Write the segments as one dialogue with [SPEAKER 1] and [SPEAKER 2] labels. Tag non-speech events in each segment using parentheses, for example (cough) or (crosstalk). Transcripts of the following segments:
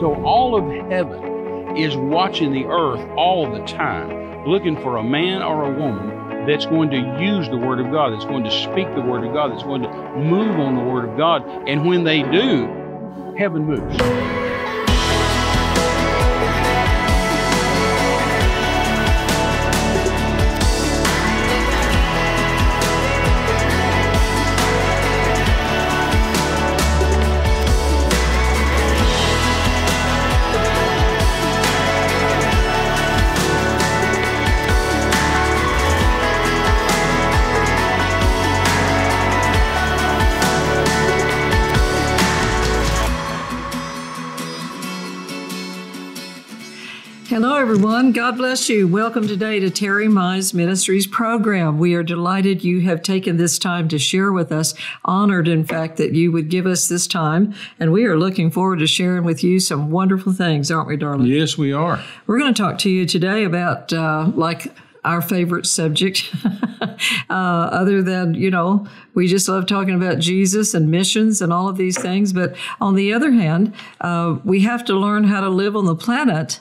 [SPEAKER 1] So all of heaven is watching the earth all the time, looking for a man or a woman that's going to use the Word of God, that's going to speak the Word of God, that's going to move on the Word of God. And when they do, heaven moves.
[SPEAKER 2] Hello, everyone. God bless you. Welcome today to Terry Mize Ministries program. We are delighted you have taken this time to share with us. Honored, in fact, that you would give us this time. And we are looking forward to sharing with you some wonderful things, aren't we, darling?
[SPEAKER 1] Yes, we are.
[SPEAKER 2] We're going to talk to you today about, uh, like, our favorite subject, (laughs) uh, other than, you know, we just love talking about Jesus and missions and all of these things. But on the other hand, uh, we have to learn how to live on the planet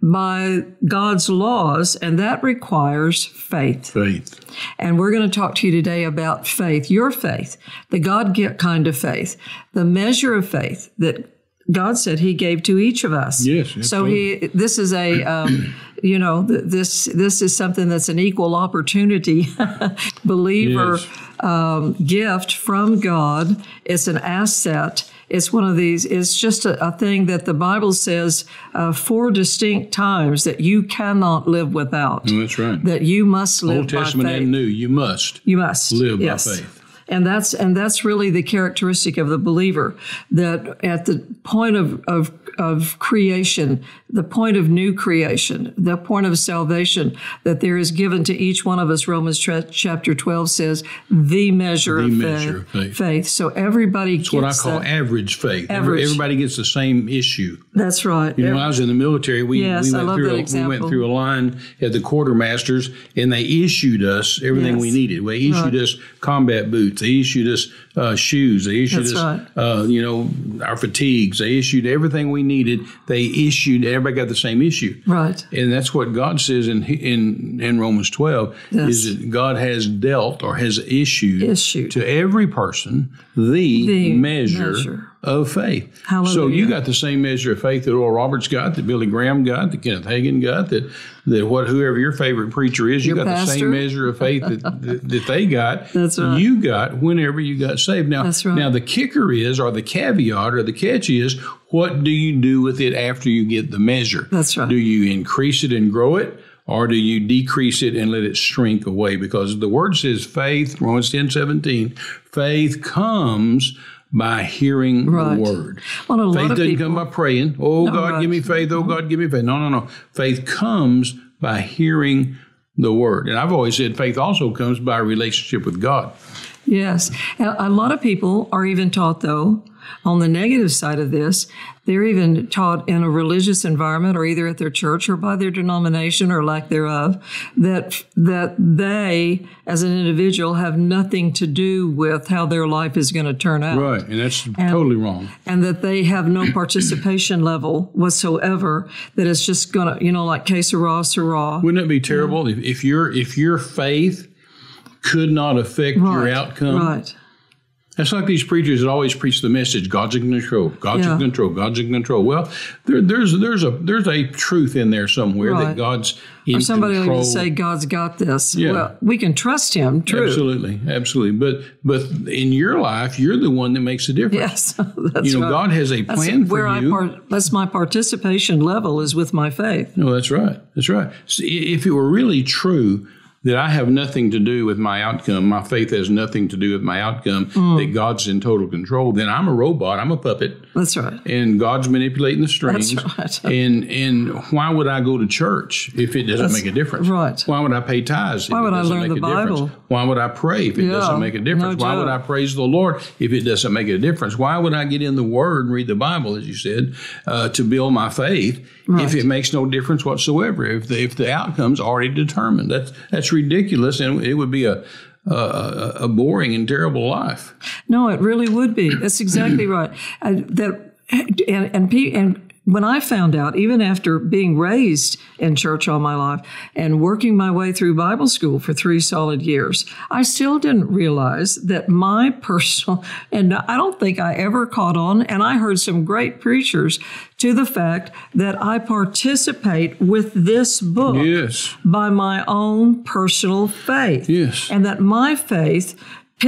[SPEAKER 2] by God's laws, and that requires faith.
[SPEAKER 1] Faith.
[SPEAKER 2] And we're going to talk to you today about faith, your faith, the God kind of faith, the measure of faith that God said He gave to each of us.
[SPEAKER 1] Yes,
[SPEAKER 2] So He, this is a, um, you know, th- this this is something that's an equal opportunity (laughs) believer
[SPEAKER 1] Yes.
[SPEAKER 2] um, gift from God. It's an asset. It's one of these. It's just a, a thing that the Bible says uh, four distinct times that you cannot live without.
[SPEAKER 1] That's right.
[SPEAKER 2] That you must live
[SPEAKER 1] Mm. Old
[SPEAKER 2] by
[SPEAKER 1] Testament
[SPEAKER 2] faith.
[SPEAKER 1] and New, you must.
[SPEAKER 2] You must
[SPEAKER 1] Live by
[SPEAKER 2] yes.
[SPEAKER 1] faith.
[SPEAKER 2] And that's and that's really the characteristic of the believer that at the point of, of of creation, the point of new creation, the point of salvation that there is given to each one of us. Romans tra- chapter twelve says the measure,
[SPEAKER 1] The
[SPEAKER 2] of,
[SPEAKER 1] measure
[SPEAKER 2] faith,
[SPEAKER 1] of faith.
[SPEAKER 2] So everybody
[SPEAKER 1] It's
[SPEAKER 2] gets
[SPEAKER 1] what I call
[SPEAKER 2] that.
[SPEAKER 1] average faith. Every-
[SPEAKER 2] Average.
[SPEAKER 1] Everybody gets the same issue.
[SPEAKER 2] that's right.
[SPEAKER 1] You know, when I was in the military, we,
[SPEAKER 2] Yes,
[SPEAKER 1] we,
[SPEAKER 2] I
[SPEAKER 1] went
[SPEAKER 2] love
[SPEAKER 1] through
[SPEAKER 2] that
[SPEAKER 1] a, we
[SPEAKER 2] example.
[SPEAKER 1] went through a line at the quartermasters, and they issued us everything we
[SPEAKER 2] Yes.
[SPEAKER 1] needed. They issued us combat boots. They issued us uh, shoes. They issued
[SPEAKER 2] That's
[SPEAKER 1] us,
[SPEAKER 2] right.
[SPEAKER 1] uh, you know, our fatigues. They issued everything we needed. They issued. Everybody got the same issue.
[SPEAKER 2] right.
[SPEAKER 1] And that's what God says in in in Romans twelve
[SPEAKER 2] Yes.
[SPEAKER 1] is that God has dealt or has issued
[SPEAKER 2] Issued.
[SPEAKER 1] to every person the,
[SPEAKER 2] The
[SPEAKER 1] measure,
[SPEAKER 2] measure.
[SPEAKER 1] of faith. So
[SPEAKER 2] Hallelujah.
[SPEAKER 1] you got the same measure of faith that Oral Roberts got, that Billy Graham got, that Kenneth Hagin got, that that what whoever your favorite preacher is, you
[SPEAKER 2] Your
[SPEAKER 1] got the
[SPEAKER 2] pastor.
[SPEAKER 1] same measure of faith that,
[SPEAKER 2] (laughs)
[SPEAKER 1] that, that they got.
[SPEAKER 2] That's right.
[SPEAKER 1] You got whenever you got saved. Now
[SPEAKER 2] That's right.
[SPEAKER 1] now the kicker is, or the caveat, or the catch is, what do you do with it after you get the measure?
[SPEAKER 2] That's right.
[SPEAKER 1] Do you increase it and grow it? Or do you decrease it and let it shrink away? Because the word says faith, Romans 10 17, faith comes by hearing
[SPEAKER 2] Right.
[SPEAKER 1] the word.
[SPEAKER 2] Well, a lot
[SPEAKER 1] faith
[SPEAKER 2] of
[SPEAKER 1] doesn't
[SPEAKER 2] people-
[SPEAKER 1] come by praying. Oh, God,
[SPEAKER 2] right. Mm-hmm.
[SPEAKER 1] give me faith. Oh, God, give me faith. No, no, no. Faith comes by hearing the word. And I've always said faith also comes by relationship with God.
[SPEAKER 2] Yes. A a lot of people are even taught, though, on the negative side of this, they're even taught in a religious environment or either at their church or by their denomination or lack thereof that that they as an individual have nothing to do with how their life is going to turn out
[SPEAKER 1] Right. And that's totally wrong.
[SPEAKER 2] and that they have
[SPEAKER 1] (clears throat)
[SPEAKER 2] no participation level whatsoever that it's just going to you know like que sera sera
[SPEAKER 1] Wouldn't it be terrible if, if your if your faith could not affect your
[SPEAKER 2] Right,
[SPEAKER 1] outcome?
[SPEAKER 2] right
[SPEAKER 1] That's like these preachers that always preach the message: God's in control, God's
[SPEAKER 2] Yeah.
[SPEAKER 1] in control, God's in control. Well, there, there's there's a there's a truth in there somewhere
[SPEAKER 2] Right.
[SPEAKER 1] that God's in
[SPEAKER 2] or somebody will
[SPEAKER 1] control.
[SPEAKER 2] even say god's got this
[SPEAKER 1] Yeah.
[SPEAKER 2] well we can trust him true
[SPEAKER 1] absolutely, absolutely. But but in your life, you're the one that makes the difference.
[SPEAKER 2] Yes, (laughs) that's
[SPEAKER 1] You know,
[SPEAKER 2] right.
[SPEAKER 1] God has a
[SPEAKER 2] That's
[SPEAKER 1] plan for
[SPEAKER 2] where I
[SPEAKER 1] you.
[SPEAKER 2] part, that's my participation level is with my faith.
[SPEAKER 1] No, that's right. That's right. See, i- If it were really true that I have nothing to do with my outcome, my faith has nothing to do with my outcome,
[SPEAKER 2] Mm.
[SPEAKER 1] that God's in total control, then I'm a robot, I'm a puppet,
[SPEAKER 2] That's right.
[SPEAKER 1] and God's manipulating the strings.
[SPEAKER 2] right.
[SPEAKER 1] (laughs) And and why would I go to church if it doesn't make a difference?
[SPEAKER 2] right.
[SPEAKER 1] Why would I pay tithes? Why
[SPEAKER 2] would I
[SPEAKER 1] doesn't
[SPEAKER 2] learn
[SPEAKER 1] make
[SPEAKER 2] the
[SPEAKER 1] a difference?
[SPEAKER 2] Bible?
[SPEAKER 1] Why would I pray if it
[SPEAKER 2] Yeah,
[SPEAKER 1] doesn't make a difference?
[SPEAKER 2] no
[SPEAKER 1] Why would I
[SPEAKER 2] joke.
[SPEAKER 1] praise the Lord if it doesn't make a difference? Why would I get in the Word and read the Bible, as you said, uh, to build my faith if it makes no difference whatsoever? If the, if the outcome's already determined, that's that's ridiculous, and it would be a a, a a boring and terrible life.
[SPEAKER 2] No, it really would be. That's exactly right. I, that Uh, and and, pe- and when I found out, even after being raised in church all my life and working my way through Bible school for three solid years, I still didn't realize that my (laughs) personal, and I don't think I ever caught on, and I heard some great preachers to the fact that I participate with this book
[SPEAKER 1] Yes.
[SPEAKER 2] by my own personal faith.
[SPEAKER 1] Yes.
[SPEAKER 2] And that my faith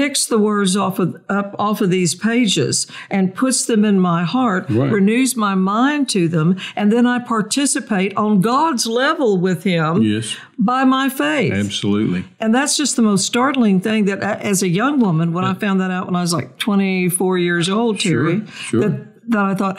[SPEAKER 2] picks the words off of up off of these pages and puts them in my heart,
[SPEAKER 1] Right.
[SPEAKER 2] renews my mind to them, and then I participate on God's level with him
[SPEAKER 1] Yes.
[SPEAKER 2] by my faith.
[SPEAKER 1] Absolutely.
[SPEAKER 2] And that's just the most startling thing that a- as a young woman, when I found that out when I was like 24 years old, Terry,
[SPEAKER 1] sure.
[SPEAKER 2] That, that I thought,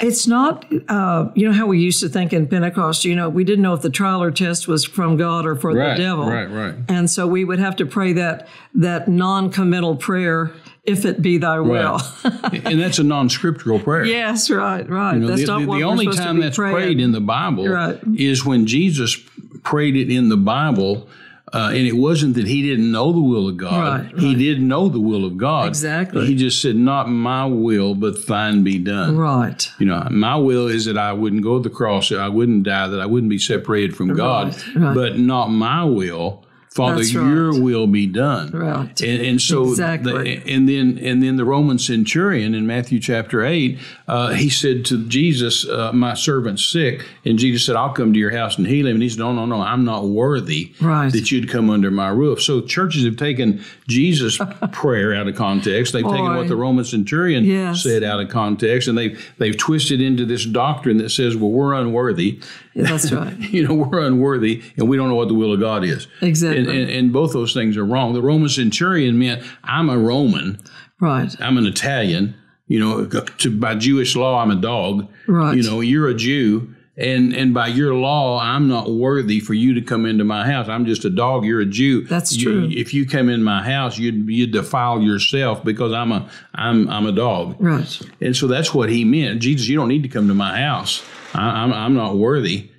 [SPEAKER 2] it's not, uh, you know, how we used to think in Pentecost, you know, we didn't know if the trial or test was from God or for
[SPEAKER 1] Right,
[SPEAKER 2] the devil.
[SPEAKER 1] right, right.
[SPEAKER 2] And so we would have to pray that, that non committal prayer, if it be thy will.
[SPEAKER 1] and that's a non-scriptural prayer.
[SPEAKER 2] yes, (laughs) right, right.
[SPEAKER 1] You know,
[SPEAKER 2] that's
[SPEAKER 1] the,
[SPEAKER 2] not
[SPEAKER 1] the-
[SPEAKER 2] what
[SPEAKER 1] the
[SPEAKER 2] we're
[SPEAKER 1] only
[SPEAKER 2] supposed to
[SPEAKER 1] time
[SPEAKER 2] be
[SPEAKER 1] that's
[SPEAKER 2] praying.
[SPEAKER 1] prayed in the Bible
[SPEAKER 2] Right.
[SPEAKER 1] is when Jesus prayed it in the Bible. Uh, and it wasn't that he didn't know the will of God.
[SPEAKER 2] Right,
[SPEAKER 1] He did know the will of God.
[SPEAKER 2] Exactly.
[SPEAKER 1] He just said, Not my will, but thine be done.
[SPEAKER 2] Right.
[SPEAKER 1] You know, my will is that I wouldn't go to the cross, that I wouldn't die, that I wouldn't be separated from God,
[SPEAKER 2] right.
[SPEAKER 1] but not my will. Father,
[SPEAKER 2] That's right.
[SPEAKER 1] your will be done.
[SPEAKER 2] Right.
[SPEAKER 1] And, and so,
[SPEAKER 2] Exactly.
[SPEAKER 1] the, and then, and then the Roman centurion in Matthew chapter eight, uh, he said to Jesus, uh, "My servant's sick," and Jesus said, "I'll come to your house and heal him." And he said, "No, no, no, I'm not worthy
[SPEAKER 2] Right.
[SPEAKER 1] that you'd come under my roof." So churches have taken
[SPEAKER 2] (laughs)
[SPEAKER 1] Jesus' prayer out of context. They've taken
[SPEAKER 2] Boy.
[SPEAKER 1] what the Roman centurion
[SPEAKER 2] Yes.
[SPEAKER 1] said out of context, and they've they've twisted into this doctrine that says, "Well, we're unworthy." (laughs)
[SPEAKER 2] Yeah, that's right.
[SPEAKER 1] you know we're unworthy and we don't know what the will of god is
[SPEAKER 2] Exactly.
[SPEAKER 1] and, and, and both those things are wrong the roman centurion meant i'm a roman
[SPEAKER 2] Right.
[SPEAKER 1] i'm an italian you know to, by jewish law i'm a dog
[SPEAKER 2] Right.
[SPEAKER 1] you know you're a jew and and by your law i'm not worthy for you to come into my house i'm just a dog you're a jew
[SPEAKER 2] That's
[SPEAKER 1] You-
[SPEAKER 2] true.
[SPEAKER 1] if you come in my house you'd you defile yourself because i'm a i'm i'm a dog
[SPEAKER 2] Right.
[SPEAKER 1] and so that's what he meant. Jesus, you don't need to come to my house. I, I'm, I'm not worthy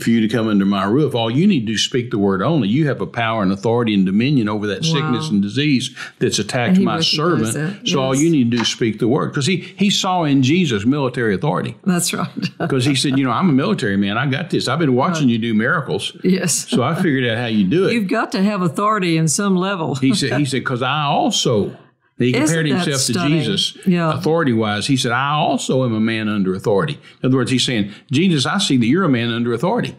[SPEAKER 1] for you to come under my roof. All you need to do is speak the word only. You have a power and authority and dominion over that sickness and disease that's attacked
[SPEAKER 2] he
[SPEAKER 1] my
[SPEAKER 2] recognized
[SPEAKER 1] servant.
[SPEAKER 2] that,
[SPEAKER 1] So all
[SPEAKER 2] yes.
[SPEAKER 1] you need to do is speak the word. Because he, he saw in Jesus military
[SPEAKER 2] (laughs)
[SPEAKER 1] authority.
[SPEAKER 2] That's right.
[SPEAKER 1] Because he said, You know, I'm a military man. I got this. I've been watching you do miracles.
[SPEAKER 2] yes.
[SPEAKER 1] So I figured out how you do it.
[SPEAKER 2] You've got to have authority in some level.
[SPEAKER 1] He said, he said, because I also, he compared
[SPEAKER 2] that
[SPEAKER 1] himself to
[SPEAKER 2] stunning?
[SPEAKER 1] Jesus
[SPEAKER 2] Yeah.
[SPEAKER 1] authority wise. He said, I also am a man under authority. In other words, he's saying, Jesus, I see that you're a man under authority.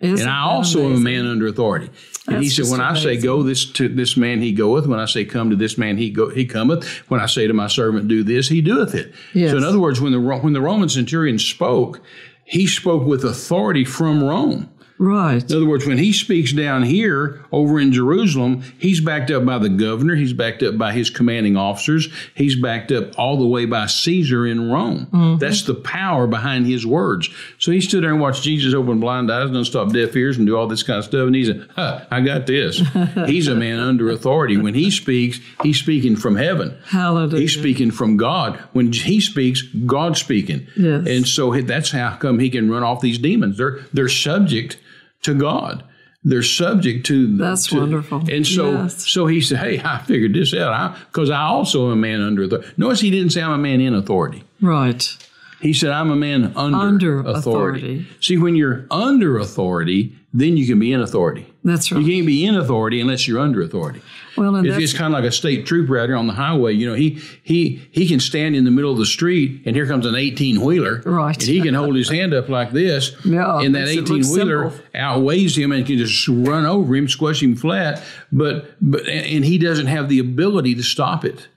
[SPEAKER 2] Isn't
[SPEAKER 1] And I
[SPEAKER 2] that
[SPEAKER 1] also am a
[SPEAKER 2] amazing?
[SPEAKER 1] man under authority. And he
[SPEAKER 2] That's
[SPEAKER 1] said,
[SPEAKER 2] just
[SPEAKER 1] When I say
[SPEAKER 2] amazing.
[SPEAKER 1] go this to this man he goeth, when I say come to this man he go he cometh, when I say to my servant do this, he doeth it.
[SPEAKER 2] Yes.
[SPEAKER 1] So in other words, when the Ro- when the Roman centurion spoke, he spoke with authority from Rome.
[SPEAKER 2] Right.
[SPEAKER 1] In other words, when he speaks down here over in Jerusalem, he's backed up by the governor, he's backed up by his commanding officers, he's backed up all the way by Caesar in Rome. That's the power behind his words. So he stood there and watched Jesus open blind eyes and unstop deaf ears and do all this kind of stuff. And he said, huh, I got this. he's a man under authority. When he speaks, he's speaking from heaven.
[SPEAKER 2] Hallelujah.
[SPEAKER 1] He's speaking from God. When he speaks, God's speaking.
[SPEAKER 2] Yes.
[SPEAKER 1] And so he- that's how come he can run off these demons. They're they're subject to God. They're subject to
[SPEAKER 2] That's
[SPEAKER 1] to-
[SPEAKER 2] wonderful.
[SPEAKER 1] And so
[SPEAKER 2] Yes.
[SPEAKER 1] so he said, "Hey, I figured this out. Because I, also am a man under authority." Notice he didn't say I'm a man in authority.
[SPEAKER 2] Right.
[SPEAKER 1] He said, "I'm a man under,
[SPEAKER 2] Under authority.
[SPEAKER 1] authority." See, when you're under authority, then you can be in authority.
[SPEAKER 2] That's
[SPEAKER 1] You
[SPEAKER 2] right.
[SPEAKER 1] can't be in authority unless you're under authority.
[SPEAKER 2] Well, and
[SPEAKER 1] It's,
[SPEAKER 2] that's
[SPEAKER 1] it's kind of like a state trooper out here on the highway. You know, he he he can stand in the middle of the street, and here comes an eighteen wheeler.
[SPEAKER 2] Right.
[SPEAKER 1] And he can hold his hand up like this.
[SPEAKER 2] (laughs) Yeah,
[SPEAKER 1] And that
[SPEAKER 2] makes it look
[SPEAKER 1] eighteen wheeler
[SPEAKER 2] simple.
[SPEAKER 1] outweighs him and can just run over him, squash him flat. But but and he doesn't have the ability to stop it,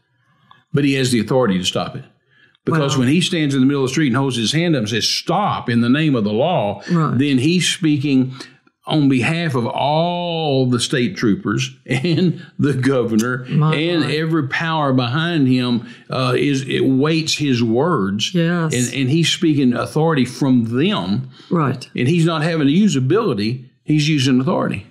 [SPEAKER 1] but he has the authority to stop it. Because
[SPEAKER 2] Wow.
[SPEAKER 1] when he stands in the middle of the street and holds his hand up and says, Stop in the name of the law,
[SPEAKER 2] Right.
[SPEAKER 1] then he's speaking on behalf of all the state troopers and the governor and every power behind him uh, is it weights his words
[SPEAKER 2] Yes.
[SPEAKER 1] and, and he's speaking authority from them
[SPEAKER 2] right.
[SPEAKER 1] and he's not having to use ability he's using authority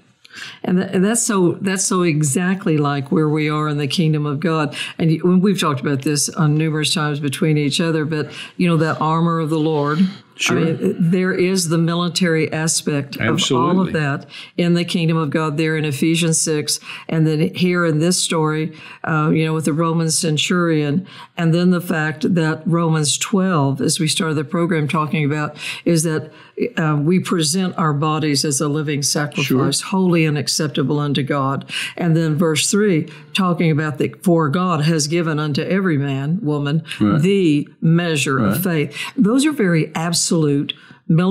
[SPEAKER 2] And, tha- and that's so that's so exactly like where we are in the kingdom of God. And uh, you- we've talked about this on numerous times between each other, but you know that armor of the Lord
[SPEAKER 1] Sure.
[SPEAKER 2] I mean, there is the military aspect of all
[SPEAKER 1] Absolutely.
[SPEAKER 2] of that in the kingdom of God there in Ephesians 6. And then here in this story, uh, you know, with the Roman centurion. And then the fact that Romans 12, as we started the program talking about, is that uh, we present our bodies as a living sacrifice, holy and acceptable unto God. And then verse 3, talking about the for God has given unto every man, woman, the measure of faith. Those are very absolute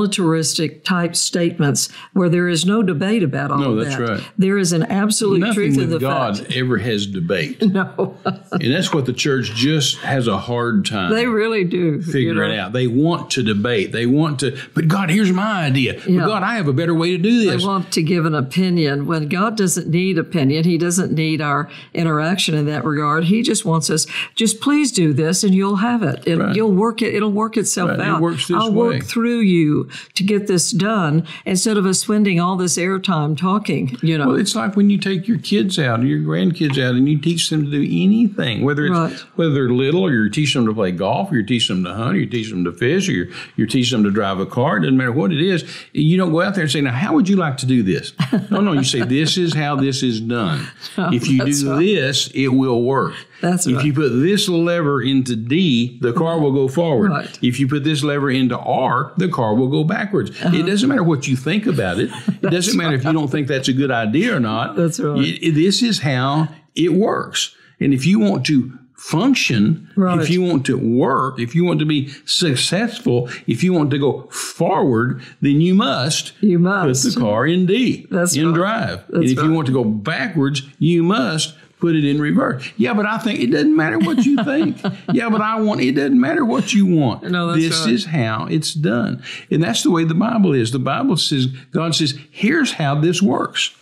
[SPEAKER 2] militaristic type statements where there is no debate about all
[SPEAKER 1] No,
[SPEAKER 2] of
[SPEAKER 1] that's
[SPEAKER 2] that.
[SPEAKER 1] right.
[SPEAKER 2] There is an absolute
[SPEAKER 1] Nothing
[SPEAKER 2] truth in the
[SPEAKER 1] with God
[SPEAKER 2] fact. (laughs)
[SPEAKER 1] ever has debate.
[SPEAKER 2] No,
[SPEAKER 1] and that's what the church just has a hard time.
[SPEAKER 2] they really do.
[SPEAKER 1] figure
[SPEAKER 2] you know.
[SPEAKER 1] it out. They want to debate. They want to, but God, here's my idea.
[SPEAKER 2] Yeah.
[SPEAKER 1] But God, I have a better way to do
[SPEAKER 2] I
[SPEAKER 1] this.
[SPEAKER 2] want to give an opinion when God doesn't need opinion. He doesn't need our interaction in that regard. He just wants us, just please do this and you'll have it. And
[SPEAKER 1] Right.
[SPEAKER 2] you'll work it, it'll work itself
[SPEAKER 1] Right. It
[SPEAKER 2] out.
[SPEAKER 1] works this
[SPEAKER 2] I'll
[SPEAKER 1] way.
[SPEAKER 2] work through you to get this done instead of us spending all this airtime talking, you know.
[SPEAKER 1] Well, it's like when you take your kids out or your grandkids out and you teach them to do anything, whether it's
[SPEAKER 2] Right.
[SPEAKER 1] whether they're little or you're teaching them to play golf or you're teaching them to hunt or you teach them to fish or you're, you're teaching them to drive a car. It doesn't matter what it is. You don't go out there and say, now, how would you like to do
[SPEAKER 2] (laughs)
[SPEAKER 1] this? No, no. You say, this is how this is done. if you
[SPEAKER 2] Oh, that's
[SPEAKER 1] do
[SPEAKER 2] right.
[SPEAKER 1] this, it will work.
[SPEAKER 2] That's
[SPEAKER 1] if
[SPEAKER 2] right.
[SPEAKER 1] you put this lever into D, the car will go forward.
[SPEAKER 2] Right.
[SPEAKER 1] If you put this lever into R, the car will go backwards.
[SPEAKER 2] Uh-huh.
[SPEAKER 1] It doesn't matter what you think about
[SPEAKER 2] (laughs)
[SPEAKER 1] it. It doesn't matter if you don't think that's a good idea or not.
[SPEAKER 2] That's right.
[SPEAKER 1] Y- this is how it works. And if you want to function,
[SPEAKER 2] Right.
[SPEAKER 1] if you want to work, if you want to be successful, if you want to go forward, then you must
[SPEAKER 2] You
[SPEAKER 1] put
[SPEAKER 2] must.
[SPEAKER 1] the car in D,
[SPEAKER 2] That's
[SPEAKER 1] in
[SPEAKER 2] right.
[SPEAKER 1] drive. and
[SPEAKER 2] That's
[SPEAKER 1] if you
[SPEAKER 2] right.
[SPEAKER 1] want to go backwards, you must put it in reverse. Yeah, but I think it doesn't matter what
[SPEAKER 2] (laughs)
[SPEAKER 1] you think. yeah, but I want it doesn't matter what you want.
[SPEAKER 2] No, that's
[SPEAKER 1] this
[SPEAKER 2] right.
[SPEAKER 1] is how it's done. And that's the way the Bible is. The Bible says God says, "Here's how this works."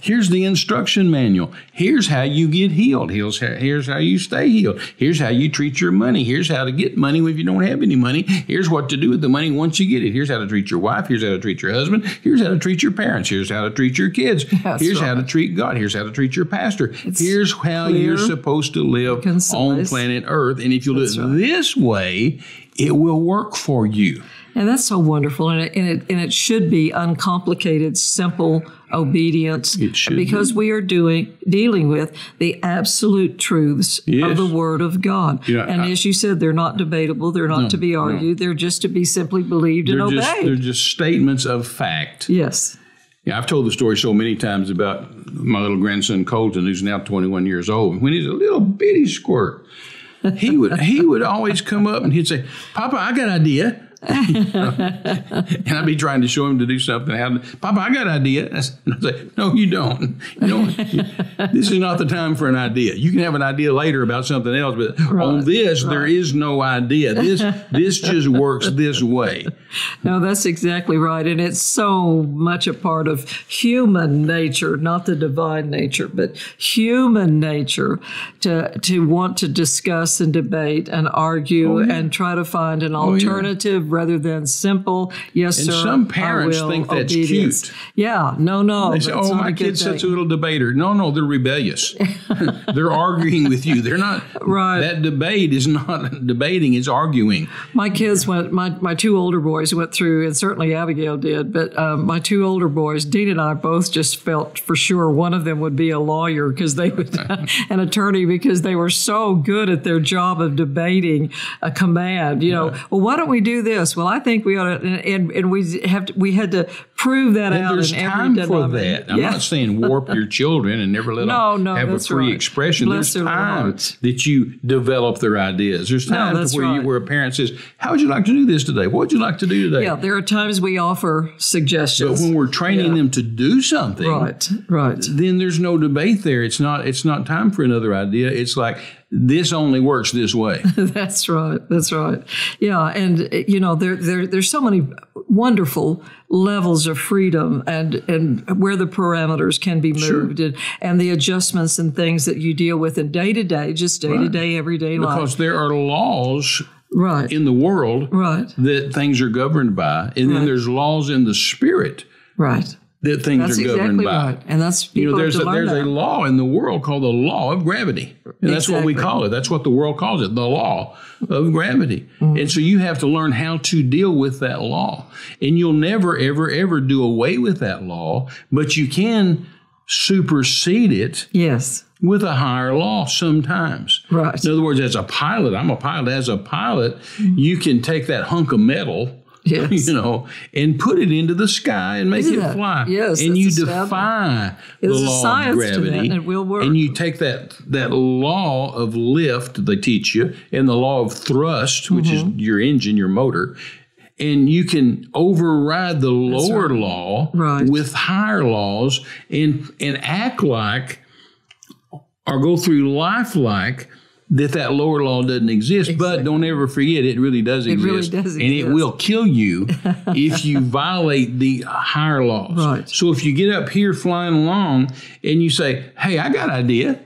[SPEAKER 1] Here's the instruction manual. Here's how you get healed. Here's how, here's how you stay healed. Here's how you treat your money. Here's how to get money if you don't have any money. Here's what to do with the money once you get it. Here's how to treat your wife. Here's how to treat your husband. Here's how to treat your parents. Here's how to treat your kids.
[SPEAKER 2] (laughs) That's
[SPEAKER 1] here's how
[SPEAKER 2] right.
[SPEAKER 1] to treat God. Here's how to treat your pastor. here's how
[SPEAKER 2] clear,
[SPEAKER 1] you're supposed to live on
[SPEAKER 2] concise.
[SPEAKER 1] planet Earth. And if you do it
[SPEAKER 2] That's right.
[SPEAKER 1] this way, it will work for you.
[SPEAKER 2] And that's so wonderful. And it, and it, and it should be uncomplicated, simple obedience.
[SPEAKER 1] It should
[SPEAKER 2] Because we are doing dealing with the absolute truths
[SPEAKER 1] Yes.
[SPEAKER 2] of the Word of God.
[SPEAKER 1] You know,
[SPEAKER 2] and
[SPEAKER 1] I-
[SPEAKER 2] as you said, they're not debatable, they're not to be argued, they're just to be simply believed
[SPEAKER 1] They're
[SPEAKER 2] and
[SPEAKER 1] just, they're
[SPEAKER 2] obeyed.
[SPEAKER 1] just statements of fact.
[SPEAKER 2] Yes.
[SPEAKER 1] Yeah, I've told the story so many times about my little grandson Colton, who's now 21 years old. And when he's a little bitty squirt, he would he would always come up and he'd say, "Papa, I got an idea." (laughs) and I'd be trying to show him to do something. How, Papa, I got an idea. And I'd say, No, you don't. You don't. this is not the time for an idea. You can have an idea later about something else, but on this, there is no idea. This this just works this way.
[SPEAKER 2] No, that's exactly right. And it's so much a part of human nature, not the divine nature, but human nature to to want to discuss and debate and argue and try to find an
[SPEAKER 1] Oh, yeah.
[SPEAKER 2] alternative rather than simple, yes,
[SPEAKER 1] And
[SPEAKER 2] sir.
[SPEAKER 1] some parents
[SPEAKER 2] I will,
[SPEAKER 1] think that's
[SPEAKER 2] obedience.
[SPEAKER 1] cute.
[SPEAKER 2] Yeah, no, no.
[SPEAKER 1] They say,
[SPEAKER 2] that's
[SPEAKER 1] "Oh,
[SPEAKER 2] not
[SPEAKER 1] my
[SPEAKER 2] a good
[SPEAKER 1] kid's
[SPEAKER 2] thing.
[SPEAKER 1] such a little debater." No, no, they're
[SPEAKER 2] (laughs)
[SPEAKER 1] rebellious. they're arguing with you. They're not.
[SPEAKER 2] Right.
[SPEAKER 1] That debate is not (laughs) debating; it's arguing.
[SPEAKER 2] My kids went. My, my two older boys went through, and certainly Abigail did. But um, my two older boys, Dean and I, both just felt for sure one of them would be a lawyer because
[SPEAKER 1] (laughs)
[SPEAKER 2] they would an attorney because they were so good at their job of debating a command. You know, well, why don't we do this? Well, I think we ought to, and, and, and we have to, we had to prove that
[SPEAKER 1] And
[SPEAKER 2] out.
[SPEAKER 1] there's
[SPEAKER 2] in every
[SPEAKER 1] time for
[SPEAKER 2] denomination.
[SPEAKER 1] that. I'm
[SPEAKER 2] Yeah.
[SPEAKER 1] not saying warp
[SPEAKER 2] (laughs)
[SPEAKER 1] your children and never let
[SPEAKER 2] No,
[SPEAKER 1] them
[SPEAKER 2] no,
[SPEAKER 1] have a
[SPEAKER 2] that's
[SPEAKER 1] free
[SPEAKER 2] right.
[SPEAKER 1] expression.
[SPEAKER 2] Bless
[SPEAKER 1] there's
[SPEAKER 2] their
[SPEAKER 1] time
[SPEAKER 2] hearts.
[SPEAKER 1] that you develop their ideas. There's time
[SPEAKER 2] that's
[SPEAKER 1] to where,
[SPEAKER 2] right.
[SPEAKER 1] you, where a parent says, "How would you like to do this today? What would you like to do today?"
[SPEAKER 2] Yeah, there are times we offer
[SPEAKER 1] But
[SPEAKER 2] suggestions.
[SPEAKER 1] when we're training
[SPEAKER 2] Yeah.
[SPEAKER 1] them to do something,
[SPEAKER 2] right, right.
[SPEAKER 1] then there's no debate there. It's not. It's not time for another idea. It's like this only works this way.
[SPEAKER 2] (laughs) That's right. That's right. Yeah, and uh, you know there, there there's so many wonderful levels of freedom and and where the parameters can be moved and, and the adjustments and things that you deal with in day to day, just day to day, everyday life.
[SPEAKER 1] because there are laws
[SPEAKER 2] Right.
[SPEAKER 1] in the world
[SPEAKER 2] right.
[SPEAKER 1] that things are governed by, and then there's laws in the spirit
[SPEAKER 2] Right.
[SPEAKER 1] that things
[SPEAKER 2] That's
[SPEAKER 1] are governed
[SPEAKER 2] exactly
[SPEAKER 1] by.
[SPEAKER 2] right. And that's people
[SPEAKER 1] You know,
[SPEAKER 2] have
[SPEAKER 1] there's a,
[SPEAKER 2] to learn
[SPEAKER 1] there's a
[SPEAKER 2] that.
[SPEAKER 1] law in the world called the law of gravity, and that's what we
[SPEAKER 2] Exactly.
[SPEAKER 1] call it. That's what the world calls it, the law of gravity.
[SPEAKER 2] Mm-hmm.
[SPEAKER 1] And so you have to learn how to deal with that law, and you'll never, ever, ever do away with that law, but you can supersede it
[SPEAKER 2] yes.
[SPEAKER 1] with a higher law sometimes.
[SPEAKER 2] Right.
[SPEAKER 1] In other words, as a pilot, I'm a pilot. As a pilot, you can take that hunk of metal, (laughs) (laughs)
[SPEAKER 2] Yes.
[SPEAKER 1] you know, and put it into the sky and make
[SPEAKER 2] Isn't
[SPEAKER 1] it
[SPEAKER 2] that-
[SPEAKER 1] fly.
[SPEAKER 2] yes,
[SPEAKER 1] and
[SPEAKER 2] that's
[SPEAKER 1] you
[SPEAKER 2] astounding.
[SPEAKER 1] defy the
[SPEAKER 2] There's a
[SPEAKER 1] law of
[SPEAKER 2] science to that,
[SPEAKER 1] gravity,
[SPEAKER 2] and it will work.
[SPEAKER 1] And you take that that law of lift they teach you, and the law of thrust, which
[SPEAKER 2] Mm-hmm.
[SPEAKER 1] is your engine, your motor. And you can override the lower law
[SPEAKER 2] Right.
[SPEAKER 1] with higher laws and and act like or go through life like that that lower law doesn't exist but don't ever forget it really does exist
[SPEAKER 2] really does
[SPEAKER 1] and it
[SPEAKER 2] exist.
[SPEAKER 1] will kill
[SPEAKER 2] (laughs)
[SPEAKER 1] you if you violate the higher laws
[SPEAKER 2] Right.
[SPEAKER 1] so if you get up here flying along and you say hey i got an
[SPEAKER 2] (laughs)
[SPEAKER 1] idea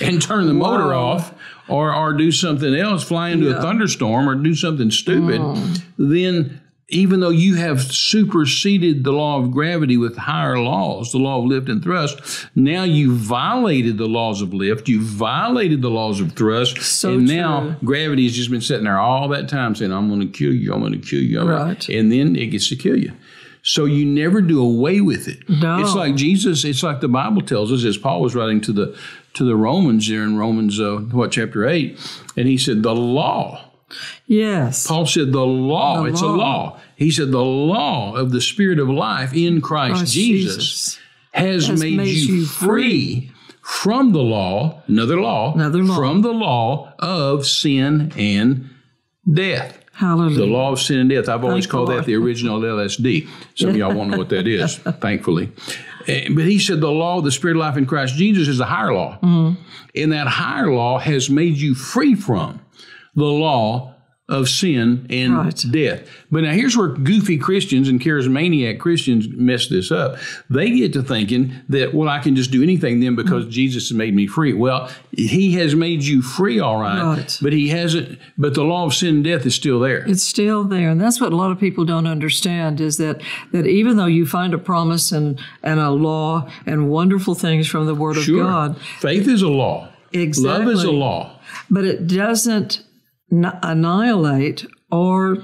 [SPEAKER 1] and turn the motor off or or do something else fly into a thunderstorm or do something stupid
[SPEAKER 2] Oh.
[SPEAKER 1] then even though you have superseded the law of gravity with higher laws, the law of lift and thrust, now you violated the laws of lift, you violated the laws of thrust,
[SPEAKER 2] So
[SPEAKER 1] and
[SPEAKER 2] true.
[SPEAKER 1] now gravity has just been sitting there all that time saying, "I'm going to kill you, I'm going to kill you," I'm gonna-"
[SPEAKER 2] Right.
[SPEAKER 1] and then it gets to kill you. So you never do away with it.
[SPEAKER 2] No.
[SPEAKER 1] It's like Jesus. It's like the Bible tells us, as Paul was writing to the to the Romans there in Romans uh, what chapter eight, and he said the law.
[SPEAKER 2] Yes.
[SPEAKER 1] Paul said the law.
[SPEAKER 2] The
[SPEAKER 1] it's a
[SPEAKER 2] law.
[SPEAKER 1] law. He said the law of the Spirit of life in Christ,
[SPEAKER 2] Christ
[SPEAKER 1] Jesus, has, made, you, free from the law. Another law.
[SPEAKER 2] Another law.
[SPEAKER 1] From the law of sin and death.
[SPEAKER 2] Hallelujah.
[SPEAKER 1] The law of sin and death. I've always
[SPEAKER 2] Thank
[SPEAKER 1] called
[SPEAKER 2] the
[SPEAKER 1] that
[SPEAKER 2] Lord.
[SPEAKER 1] the original LSD. Some of y'all won't know what that
[SPEAKER 2] (laughs)
[SPEAKER 1] is, thankfully. Eh, But he said the law of the spirit of life in Christ Jesus is a higher law.
[SPEAKER 2] Mm-hmm.
[SPEAKER 1] And that higher law has made you free from the law of sin and
[SPEAKER 2] Right.
[SPEAKER 1] death. But now here's where goofy Christians and charismaniac Christians mess this up. They get to thinking that, well, I can just do anything then
[SPEAKER 2] Mm.
[SPEAKER 1] because Jesus has made me free. Well, he has made you free, all right,
[SPEAKER 2] Right.
[SPEAKER 1] But he hasn't, but the law of sin and death is still there.
[SPEAKER 2] It's still there, and that's what a lot of people don't understand is that that even though you find a promise and and a law and wonderful things from the Word
[SPEAKER 1] Sure.
[SPEAKER 2] of God,
[SPEAKER 1] Faith is a law.
[SPEAKER 2] exactly,
[SPEAKER 1] Love is a law.
[SPEAKER 2] but it doesn't n- annihilate or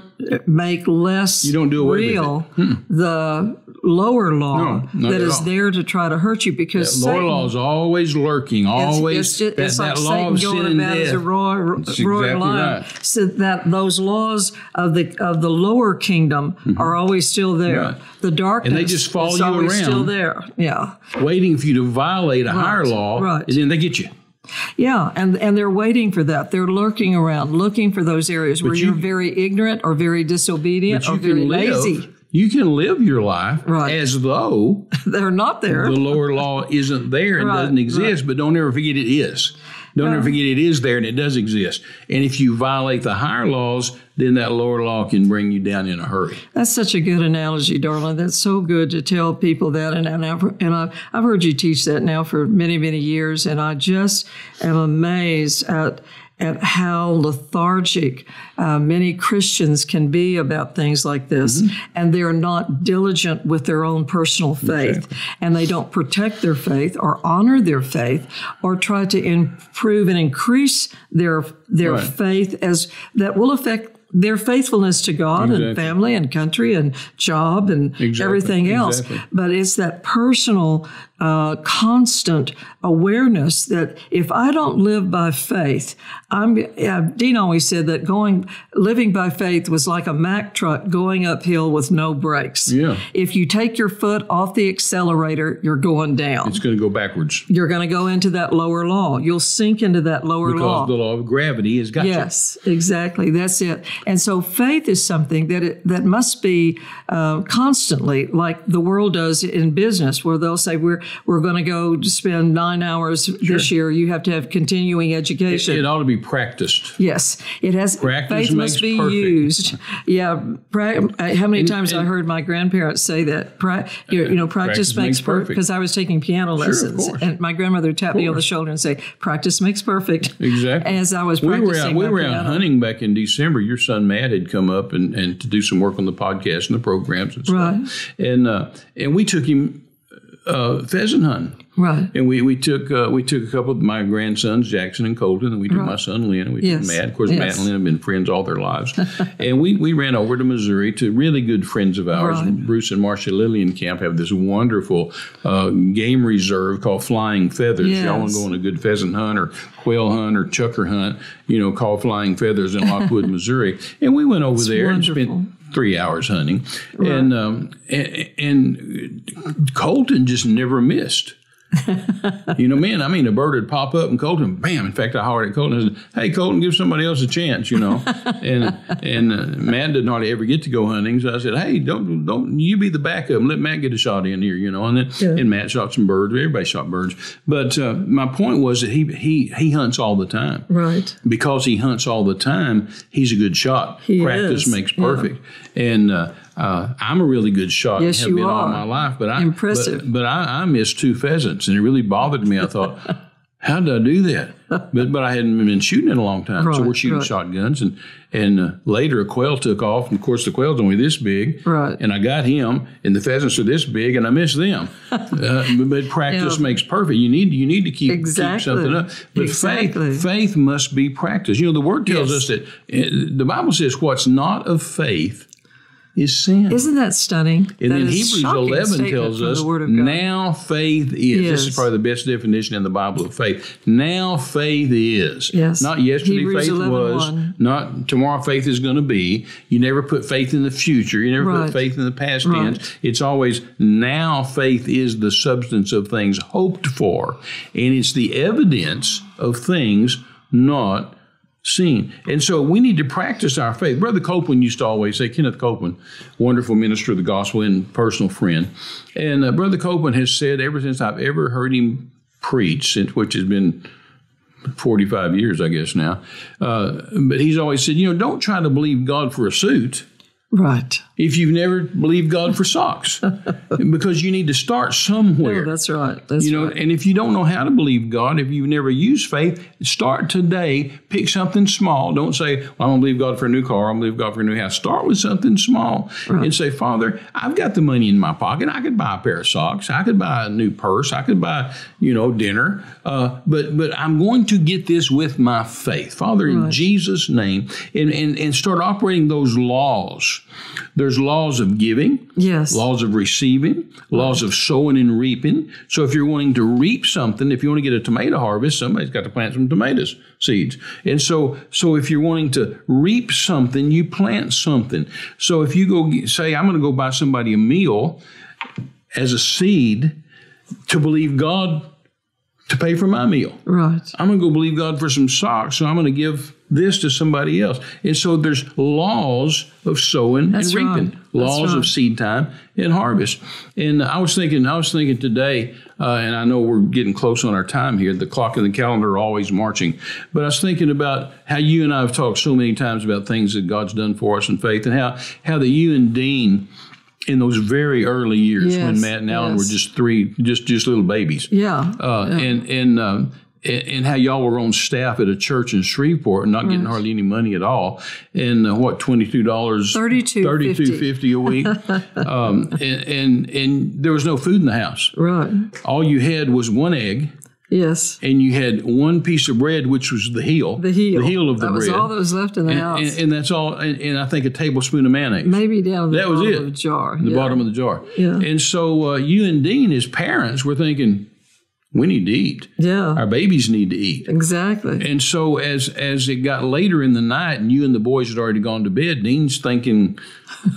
[SPEAKER 2] make less you
[SPEAKER 1] don't do away with Hmm.
[SPEAKER 2] real the lower law
[SPEAKER 1] No, not at
[SPEAKER 2] that is
[SPEAKER 1] all.
[SPEAKER 2] there to try to hurt you because
[SPEAKER 1] Lower
[SPEAKER 2] Satan,
[SPEAKER 1] law is always lurking,
[SPEAKER 2] it's-
[SPEAKER 1] always
[SPEAKER 2] it's, just,
[SPEAKER 1] that,
[SPEAKER 2] it's
[SPEAKER 1] that
[SPEAKER 2] like
[SPEAKER 1] law
[SPEAKER 2] Satan
[SPEAKER 1] of sin
[SPEAKER 2] going
[SPEAKER 1] and
[SPEAKER 2] about as a
[SPEAKER 1] death.
[SPEAKER 2] roaring, roaring
[SPEAKER 1] exactly
[SPEAKER 2] lion.
[SPEAKER 1] right.
[SPEAKER 2] So that those laws of the of the lower kingdom are always still there.
[SPEAKER 1] Mm-hmm. Right.
[SPEAKER 2] The darkness
[SPEAKER 1] just follow
[SPEAKER 2] is
[SPEAKER 1] you
[SPEAKER 2] always still
[SPEAKER 1] around.
[SPEAKER 2] there. Yeah,
[SPEAKER 1] waiting for you to violate a higher law,
[SPEAKER 2] right.
[SPEAKER 1] and then they get you.
[SPEAKER 2] yeah, and and they're waiting for that. They're lurking around, looking for those areas where
[SPEAKER 1] you-
[SPEAKER 2] you, are very ignorant or very disobedient
[SPEAKER 1] You
[SPEAKER 2] or Oh, very lazy. (laughs)
[SPEAKER 1] You can live your life
[SPEAKER 2] Right.
[SPEAKER 1] as though
[SPEAKER 2] They're not there.
[SPEAKER 1] the lower law isn't there and
[SPEAKER 2] Right,
[SPEAKER 1] doesn't exist, but don't ever forget it is. Don't ever forget it is there and it does exist. And if you violate the higher laws, then that lower law can bring you down in a hurry.
[SPEAKER 2] That's such a good analogy, darling. That's so good to tell people that. And, and, I've, and I've, I've heard you teach that now for many, many years. And I just am amazed at, at how lethargic uh, many Christians can be about things like this.
[SPEAKER 1] Mm-hmm.
[SPEAKER 2] And they're not diligent with their own personal faith. And they don't protect their faith or honor their faith or try to improve and increase their, their
[SPEAKER 1] Right.
[SPEAKER 2] faith as that will affect their faithfulness to God and
[SPEAKER 1] Exactly.
[SPEAKER 2] family and country and job and
[SPEAKER 1] Exactly,
[SPEAKER 2] everything else.
[SPEAKER 1] exactly.
[SPEAKER 2] But it's that personal, uh, constant awareness that if I don't live by faith, I'm. Uh, Dean always said that going living by faith was like a Mack truck going uphill with no brakes.
[SPEAKER 1] Yeah.
[SPEAKER 2] If you take your foot off the accelerator, you're going down.
[SPEAKER 1] It's going to go backwards
[SPEAKER 2] you're going to go into that lower law. You'll sink into that lower
[SPEAKER 1] because
[SPEAKER 2] law.
[SPEAKER 1] the law of gravity has got you.
[SPEAKER 2] Yes, exactly. That's it. And so faith is something that it, that must be uh, constantly, like the world does in business, where they'll say we're we're going to go spend nine hours this year. You have to have continuing education.
[SPEAKER 1] It ought to be practiced.
[SPEAKER 2] Yes, it has.
[SPEAKER 1] Practice
[SPEAKER 2] faith
[SPEAKER 1] makes
[SPEAKER 2] must be
[SPEAKER 1] perfect.
[SPEAKER 2] used. Yeah. Pra- I- how many times I heard my grandparents say that? Pra- you, you know, practice,
[SPEAKER 1] practice
[SPEAKER 2] makes
[SPEAKER 1] makes
[SPEAKER 2] perfect.
[SPEAKER 1] perfect.
[SPEAKER 2] Because I was taking piano lessons,
[SPEAKER 1] course.
[SPEAKER 2] and my grandmother tapped me on the shoulder and say, "Practice makes perfect."
[SPEAKER 1] Exactly.
[SPEAKER 2] As I was
[SPEAKER 1] We were out,
[SPEAKER 2] practicing
[SPEAKER 1] we
[SPEAKER 2] my
[SPEAKER 1] were
[SPEAKER 2] piano.
[SPEAKER 1] out hunting back in December. Your son Matt had come up and, and to do some work on the podcast and the programs and stuff. And uh, and we took him uh, pheasant hunting.
[SPEAKER 2] Right.
[SPEAKER 1] And we, we took uh, we took a couple of my grandsons, Jackson and Colton, and we took my son Lynn, and we
[SPEAKER 2] Yes.
[SPEAKER 1] took Matt. Of course, Matt
[SPEAKER 2] Yes.
[SPEAKER 1] and Lynn have been friends all their lives.
[SPEAKER 2] (laughs)
[SPEAKER 1] and we, we ran over to Missouri to really good friends of ours.
[SPEAKER 2] Right.
[SPEAKER 1] Bruce and Marcia Lillienkamp have this wonderful uh, game reserve called Flying Feathers. Y'all want to
[SPEAKER 2] Yes.
[SPEAKER 1] go on a good pheasant hunt or quail hunt or chucker hunt, you know, called Flying Feathers in
[SPEAKER 2] (laughs)
[SPEAKER 1] Lockwood, Missouri. And we went over there and
[SPEAKER 2] wonderful.
[SPEAKER 1] spent three hours hunting, and, um, and and Colton just never missed. you know, man, I mean, a bird would pop up and Colton, bam. In fact, I hollered at Colton. I said, "Hey, Colton, give somebody else a chance." You know, and and uh, Matt didn't hardly ever get to go hunting, so I said, "Hey, don't don't you be the backup. and Let Matt get a shot in here." You know, and then and Matt shot some birds. Everybody shot birds, but uh, my point was that he he he hunts all the time
[SPEAKER 2] Right.
[SPEAKER 1] because he hunts all the time, he's a good shot.
[SPEAKER 2] He
[SPEAKER 1] Practice
[SPEAKER 2] is,
[SPEAKER 1] makes
[SPEAKER 2] yeah.
[SPEAKER 1] perfect. And uh, uh, I'm a really good shot.
[SPEAKER 2] Yes,
[SPEAKER 1] have
[SPEAKER 2] you
[SPEAKER 1] been all
[SPEAKER 2] are.
[SPEAKER 1] my life. But I
[SPEAKER 2] Impressive.
[SPEAKER 1] But, but I, I missed two pheasants, and it really bothered me. I
[SPEAKER 2] (laughs)
[SPEAKER 1] thought. How did I do that? But but I hadn't been shooting in a long time, so
[SPEAKER 2] Right,
[SPEAKER 1] we're shooting
[SPEAKER 2] right.
[SPEAKER 1] shotguns, and and uh, later a quail took off, and of course the quail's only this big,
[SPEAKER 2] Right.
[SPEAKER 1] And I got him, and the pheasants are this big, and I missed
[SPEAKER 2] (laughs)
[SPEAKER 1] them. uh, but, but practice
[SPEAKER 2] Yeah.
[SPEAKER 1] makes perfect. You need you need to keep,
[SPEAKER 2] Exactly.
[SPEAKER 1] keep something up. But
[SPEAKER 2] Exactly.
[SPEAKER 1] faith faith must be practiced. You know, the word tells us
[SPEAKER 2] Yes.
[SPEAKER 1] that uh, the Bible says what's not of faith is sin.
[SPEAKER 2] Isn't that stunning?
[SPEAKER 1] and
[SPEAKER 2] That
[SPEAKER 1] then
[SPEAKER 2] is
[SPEAKER 1] Hebrews
[SPEAKER 2] shocking
[SPEAKER 1] 11
[SPEAKER 2] statement
[SPEAKER 1] tells
[SPEAKER 2] from the
[SPEAKER 1] us
[SPEAKER 2] Word of God.
[SPEAKER 1] now faith is. This
[SPEAKER 2] Yes.
[SPEAKER 1] is probably the best definition in the Bible of faith. Now faith is.
[SPEAKER 2] Yes.
[SPEAKER 1] Not yesterday
[SPEAKER 2] Hebrews
[SPEAKER 1] faith
[SPEAKER 2] 11,
[SPEAKER 1] was.
[SPEAKER 2] one.
[SPEAKER 1] Not tomorrow faith is going to be. You never put faith in the future. You never
[SPEAKER 2] Right.
[SPEAKER 1] put faith in the past
[SPEAKER 2] Right.
[SPEAKER 1] tense. It's always now faith is the substance of things hoped for, and it's the evidence of things not seen. And so we need to practice our faith. Brother Copeland used to always say, Kenneth Copeland, wonderful minister of the gospel and personal friend. And uh, Brother Copeland has said ever since I've ever heard him preach, since which has been 45 years, I guess, now. Uh, but he's always said, you know, don't try to believe God for a suit
[SPEAKER 2] Right. Oh,
[SPEAKER 1] if you've never believed God for socks, because you need to start somewhere.
[SPEAKER 2] Oh, that's right. That's
[SPEAKER 1] You know,
[SPEAKER 2] right.
[SPEAKER 1] and if you don't know how to believe God, if you've never used faith, start today. Pick something small. Don't say, well, I'm going to believe God for a new car. I'm going to believe God for a new house. Start with something small and say, Father, I've got the money in my pocket. I could buy a pair of socks. I could buy a new purse. I could buy, you know, dinner. Uh, but but I'm going to get this with my faith, Father, in Jesus' name, and, and and start operating those laws. There's laws of giving
[SPEAKER 2] Yes.
[SPEAKER 1] laws of receiving, laws of sowing and reaping. So if you're wanting to reap something, if you want to get a tomato harvest, somebody's got to plant some tomatoes seeds. And so so if you're wanting to reap something, you plant something. So if you go get, say I'm going to go buy somebody a meal as a seed to believe God to pay for my meal.
[SPEAKER 2] Right.
[SPEAKER 1] I'm going to go believe God for some socks, so I'm going to give this to somebody else. And so there's laws of sowing
[SPEAKER 2] That's
[SPEAKER 1] and reaping,
[SPEAKER 2] right. That's
[SPEAKER 1] laws
[SPEAKER 2] right.
[SPEAKER 1] of seed time and harvest. And I was thinking, I was thinking today, uh, and I know we're getting close on our time here. The clock and the calendar are always marching, but I was thinking about how you and I have talked so many times about things that God's done for us in faith, and how how that you and Dean. In those very early years, when
[SPEAKER 2] Yes,
[SPEAKER 1] Matt and Alan
[SPEAKER 2] yes.
[SPEAKER 1] were just three, just just little babies,
[SPEAKER 2] Yeah.
[SPEAKER 1] uh, and and um, and and how y'all were on staff at a church in Shreveport and not getting hardly any money at all, and uh, what twenty two dollars,
[SPEAKER 2] $32.50.
[SPEAKER 1] fifty a
[SPEAKER 2] (laughs)
[SPEAKER 1] week, um, and, and and there was no food in the house.
[SPEAKER 2] right.
[SPEAKER 1] All you had was one egg,
[SPEAKER 2] Yes.
[SPEAKER 1] and you had one piece of bread, which was the heel,
[SPEAKER 2] The heel.
[SPEAKER 1] the heel of the
[SPEAKER 2] that
[SPEAKER 1] bread,
[SPEAKER 2] was all that was left in the house.
[SPEAKER 1] and, and, and that's all, and, and I think a tablespoon of mayonnaise
[SPEAKER 2] Maybe down in the
[SPEAKER 1] That was
[SPEAKER 2] bottom
[SPEAKER 1] it.
[SPEAKER 2] of a jar.
[SPEAKER 1] the
[SPEAKER 2] yeah.
[SPEAKER 1] bottom of the jar.
[SPEAKER 2] Yeah.
[SPEAKER 1] And so uh, you and Dean, as parents, were thinking, we need to eat.
[SPEAKER 2] Yeah.
[SPEAKER 1] Our babies need to eat.
[SPEAKER 2] exactly.
[SPEAKER 1] And so as as it got later in the night, and you and the boys had already gone to bed, Dean's thinking,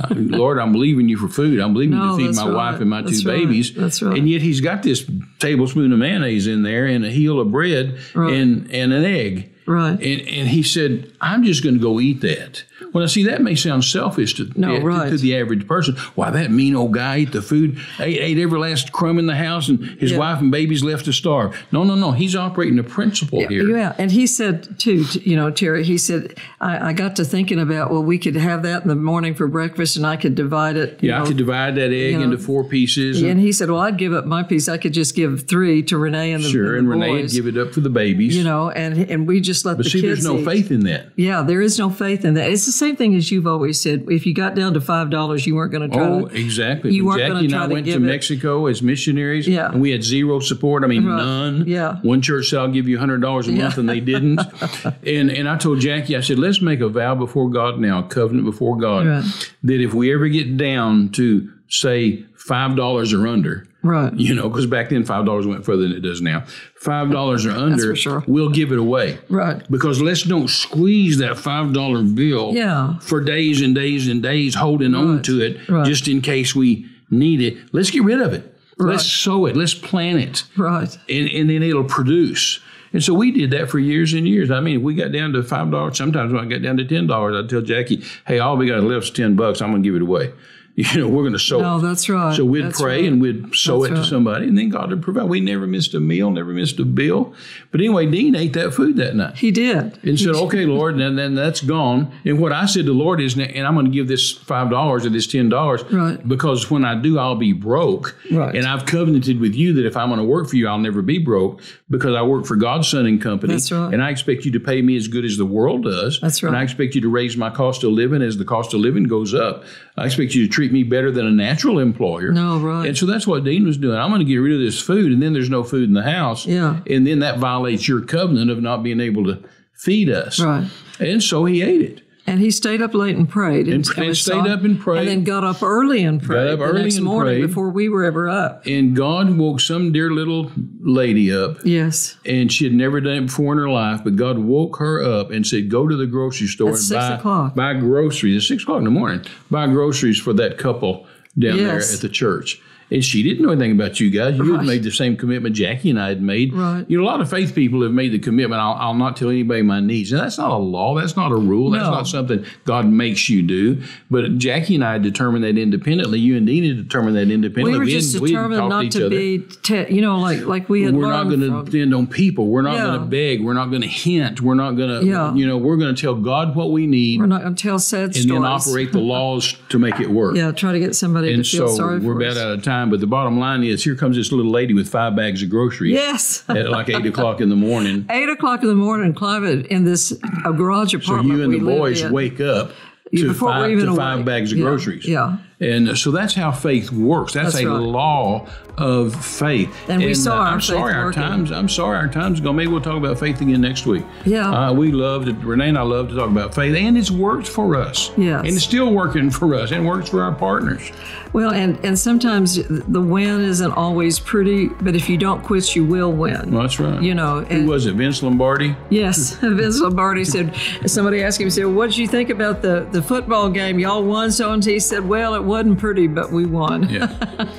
[SPEAKER 1] uh, "Lord, I'm believing you for food. I'm believing
[SPEAKER 2] No,
[SPEAKER 1] you to feed
[SPEAKER 2] that's
[SPEAKER 1] my
[SPEAKER 2] right.
[SPEAKER 1] wife and my
[SPEAKER 2] That's
[SPEAKER 1] two
[SPEAKER 2] right.
[SPEAKER 1] babies."
[SPEAKER 2] That's right.
[SPEAKER 1] And yet he's got this tablespoon of mayonnaise in there, and a heel of bread, and and an egg.
[SPEAKER 2] Right.
[SPEAKER 1] And, and he said, I'm just going to go eat that. Well, now, see, that may sound selfish to,
[SPEAKER 2] No,
[SPEAKER 1] to- to-
[SPEAKER 2] right.
[SPEAKER 1] to the average person. Why, that mean old guy ate the food, ate, ate every last crumb in the house, and his
[SPEAKER 2] Yeah.
[SPEAKER 1] wife and babies left to starve. No, no, no. He's operating a principle here.
[SPEAKER 2] Yeah, and he said too, t- you know, Terry. He said I, I got to thinking about well, we could have that in the morning for breakfast, and I could divide it. you
[SPEAKER 1] Yeah, I
[SPEAKER 2] know.
[SPEAKER 1] could divide that egg
[SPEAKER 2] know.
[SPEAKER 1] into four pieces. and-
[SPEAKER 2] and he said, well, I'd give up my piece. I could just give three to Renee and the
[SPEAKER 1] Sure, and
[SPEAKER 2] and the
[SPEAKER 1] Renee would
[SPEAKER 2] boys,
[SPEAKER 1] give it up for the babies.
[SPEAKER 2] You know, and and we just let
[SPEAKER 1] but
[SPEAKER 2] the
[SPEAKER 1] see, there's
[SPEAKER 2] kids.
[SPEAKER 1] no
[SPEAKER 2] eat.
[SPEAKER 1] faith in that.
[SPEAKER 2] Yeah, there is no faith in that. It's the same thing as you've always said. If you got down to five dollars, you weren't going to try.
[SPEAKER 1] Oh,
[SPEAKER 2] to,
[SPEAKER 1] exactly.
[SPEAKER 2] you weren't gonna
[SPEAKER 1] Jackie and
[SPEAKER 2] try
[SPEAKER 1] I
[SPEAKER 2] to
[SPEAKER 1] went to
[SPEAKER 2] give it-
[SPEAKER 1] Mexico as missionaries,
[SPEAKER 2] Yeah.
[SPEAKER 1] and we had zero support. I mean,
[SPEAKER 2] Right.
[SPEAKER 1] none.
[SPEAKER 2] Yeah.
[SPEAKER 1] One church said, "I'll give you hundred dollars a month," and they didn't.
[SPEAKER 2] (laughs)
[SPEAKER 1] and and I told Jackie, I said, "Let's make a vow before God now, a covenant before God,
[SPEAKER 2] Right.
[SPEAKER 1] that if we ever get down to say five dollars or under."
[SPEAKER 2] right.
[SPEAKER 1] You know, because back then five dollars went further than it does now. Five dollars or under,
[SPEAKER 2] for sure.
[SPEAKER 1] we'll give it away.
[SPEAKER 2] Right.
[SPEAKER 1] Because let's don't squeeze that five dollar bill
[SPEAKER 2] Yeah.
[SPEAKER 1] for days and days and days, holding on to it
[SPEAKER 2] Right.
[SPEAKER 1] just in case we need it. Let's get rid of it. Let's sow it. Let's plant it,
[SPEAKER 2] Right.
[SPEAKER 1] and, and then it'll produce. And so we did that for years and years. I mean, if we got down to five dollars, sometimes when I got down to ten dollars, I'd tell Jackie, "Hey, all we got left is ten bucks. I'm going to give it away. (laughs) You know, we're going to sow it."
[SPEAKER 2] Oh, that's right.
[SPEAKER 1] So we'd
[SPEAKER 2] That's
[SPEAKER 1] pray
[SPEAKER 2] right.
[SPEAKER 1] and we'd sow
[SPEAKER 2] That's
[SPEAKER 1] it
[SPEAKER 2] right.
[SPEAKER 1] to somebody, and then God would provide. We never missed a meal, never missed a bill. But anyway, Dean ate that food that night
[SPEAKER 2] He did.
[SPEAKER 1] and
[SPEAKER 2] (laughs)
[SPEAKER 1] said, "Okay, Lord," and then that's gone. And what I said to the Lord is, "And I'm going to give this five dollars or this ten dollars,
[SPEAKER 2] Right.
[SPEAKER 1] Because when I do, I'll be broke,
[SPEAKER 2] Right.
[SPEAKER 1] And I've covenanted with you that if I'm going to work for you, I'll never be broke because I work for God's Son and Company,
[SPEAKER 2] That's right.
[SPEAKER 1] And I expect you to pay me as good as the world does,
[SPEAKER 2] That's right.
[SPEAKER 1] And I expect you to raise my cost of living as the cost of living goes up. I expect you to treat me better than a natural employer,
[SPEAKER 2] No, right.
[SPEAKER 1] And so that's what Dean was doing. I'm going to get rid of this food, and then there's no food in the house,
[SPEAKER 2] Yeah.
[SPEAKER 1] And then that violates your covenant of not being able to feed us.
[SPEAKER 2] Right.
[SPEAKER 1] And so he ate it.
[SPEAKER 2] And he stayed up late and prayed, and,
[SPEAKER 1] And- and
[SPEAKER 2] was
[SPEAKER 1] stayed
[SPEAKER 2] silent.
[SPEAKER 1] up and prayed.
[SPEAKER 2] and then got up early and prayed
[SPEAKER 1] up
[SPEAKER 2] the
[SPEAKER 1] early
[SPEAKER 2] next
[SPEAKER 1] and
[SPEAKER 2] morning
[SPEAKER 1] prayed.
[SPEAKER 2] before we were ever up.
[SPEAKER 1] And God woke some dear little lady up,
[SPEAKER 2] Yes,
[SPEAKER 1] and she had never done it before in her life, but God woke her up and said, Go to the grocery store
[SPEAKER 2] At
[SPEAKER 1] and
[SPEAKER 2] six
[SPEAKER 1] buy,
[SPEAKER 2] o'clock.
[SPEAKER 1] buy groceries. It's six o'clock in the morning. Buy groceries for that couple down
[SPEAKER 2] Yes.
[SPEAKER 1] there at the church. And she didn't know anything about you guys. You
[SPEAKER 2] Right.
[SPEAKER 1] had made the same commitment Jackie and I had made.
[SPEAKER 2] Right.
[SPEAKER 1] You know, a lot of faith people have made the commitment, I'll, I'll not tell anybody my needs. And that's not a law. That's not a rule. That's
[SPEAKER 2] No.
[SPEAKER 1] not something God makes you do. But Jackie and I determined that independently. You and Dean had determined that independently.
[SPEAKER 2] we were just
[SPEAKER 1] hadn't- hadn't
[SPEAKER 2] determined
[SPEAKER 1] talked
[SPEAKER 2] not
[SPEAKER 1] each
[SPEAKER 2] to
[SPEAKER 1] other
[SPEAKER 2] be, te- you know, like like we had
[SPEAKER 1] we're not
[SPEAKER 2] learned
[SPEAKER 1] going to
[SPEAKER 2] from-
[SPEAKER 1] depend on people. We're not going
[SPEAKER 2] Yeah.
[SPEAKER 1] to beg. We're not going to hint. We're not going to,
[SPEAKER 2] Yeah.
[SPEAKER 1] you know, we're going to tell God what we need
[SPEAKER 2] We're
[SPEAKER 1] and
[SPEAKER 2] not going to tell sad stories.
[SPEAKER 1] then operate the
[SPEAKER 2] (laughs)
[SPEAKER 1] laws to make it work.
[SPEAKER 2] Yeah, try to get somebody
[SPEAKER 1] And
[SPEAKER 2] to feel
[SPEAKER 1] so
[SPEAKER 2] sorry
[SPEAKER 1] we're
[SPEAKER 2] for
[SPEAKER 1] about
[SPEAKER 2] us.
[SPEAKER 1] out of time. But the bottom line is here comes this little lady with five bags of groceries
[SPEAKER 2] Yes. (laughs)
[SPEAKER 1] at like eight o'clock in the morning.
[SPEAKER 2] Eight o'clock in the morning, climate in this uh, garage apartment.
[SPEAKER 1] You and
[SPEAKER 2] we
[SPEAKER 1] the
[SPEAKER 2] lived
[SPEAKER 1] boys
[SPEAKER 2] in.
[SPEAKER 1] wake up
[SPEAKER 2] Yeah,
[SPEAKER 1] to
[SPEAKER 2] before we're
[SPEAKER 1] five,
[SPEAKER 2] even
[SPEAKER 1] to five
[SPEAKER 2] awake.
[SPEAKER 1] bags of
[SPEAKER 2] Yeah,
[SPEAKER 1] groceries.
[SPEAKER 2] yeah.
[SPEAKER 1] And uh, so that's how faith works. That's,
[SPEAKER 2] That's
[SPEAKER 1] a
[SPEAKER 2] right.
[SPEAKER 1] law of faith.
[SPEAKER 2] And we saw our
[SPEAKER 1] I'm
[SPEAKER 2] faith
[SPEAKER 1] sorry our
[SPEAKER 2] working.
[SPEAKER 1] times. I'm sorry our time's gone. Maybe we'll talk about faith again next week.
[SPEAKER 2] Yeah.
[SPEAKER 1] Uh, we love to Renee and I love to talk about faith, and it's worked for us.
[SPEAKER 2] Yes.
[SPEAKER 1] And it's still working for us, and works for our partners.
[SPEAKER 2] Well, and and sometimes the win isn't always pretty, but if you don't quit, you will win.
[SPEAKER 1] Well, that's right.
[SPEAKER 2] you know,
[SPEAKER 1] Who
[SPEAKER 2] and
[SPEAKER 1] was it? Vince Lombardi.
[SPEAKER 2] Yes, (laughs) Vince Lombardi said. Somebody asked him, he said, "What did you think about the the football game? Y'all won, so and so." He said, "Well, it wasn't pretty, but we won."
[SPEAKER 1] Yeah.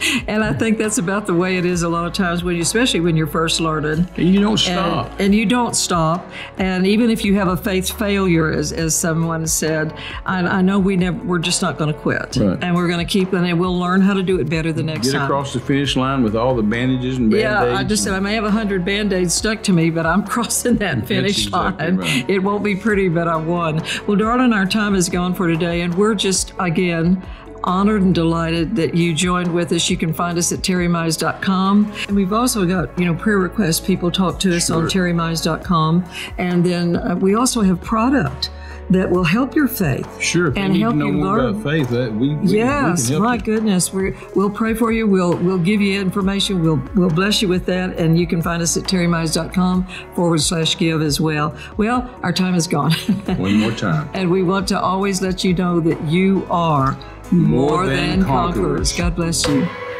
[SPEAKER 2] (laughs) and I think that's about the way it is a lot of times when you, especially when you're first learning.
[SPEAKER 1] And you don't
[SPEAKER 2] And,
[SPEAKER 1] stop.
[SPEAKER 2] and you don't stop. And even if you have a faith failure, as, as someone said, I, I know we never, we're just not going to quit.
[SPEAKER 1] Right.
[SPEAKER 2] And we're going to keep, and we'll learn how to do it better the next
[SPEAKER 1] Get
[SPEAKER 2] time.
[SPEAKER 1] across the finish line with all the bandages and band aids.
[SPEAKER 2] Yeah, I just said I may have a hundred band aids stuck to me, but I'm (laughs) crossing that finish
[SPEAKER 1] exactly
[SPEAKER 2] line.
[SPEAKER 1] right.
[SPEAKER 2] It won't be pretty, but I won. Well, darling, our time is gone for today, and we're just again honored and delighted that you joined with us. You can find us at terrymize.com. And we've also got, you know, prayer requests. People talk to us on terrymize.com. And then uh, we also have product that will help your faith.
[SPEAKER 1] Sure, if
[SPEAKER 2] and
[SPEAKER 1] you need
[SPEAKER 2] help
[SPEAKER 1] to know
[SPEAKER 2] you
[SPEAKER 1] more
[SPEAKER 2] learn.
[SPEAKER 1] about faith, uh, we, we,
[SPEAKER 2] Yes,
[SPEAKER 1] we can help
[SPEAKER 2] my
[SPEAKER 1] you.
[SPEAKER 2] goodness. We're, we'll pray for you. We'll we'll give you information. We'll we'll bless you with that. And you can find us at terrymize.com forward slash give as well. Well, our time is gone. (laughs)
[SPEAKER 1] One more time.
[SPEAKER 2] and we want to always let you know that you are more,
[SPEAKER 1] than conquerors.
[SPEAKER 2] God bless you.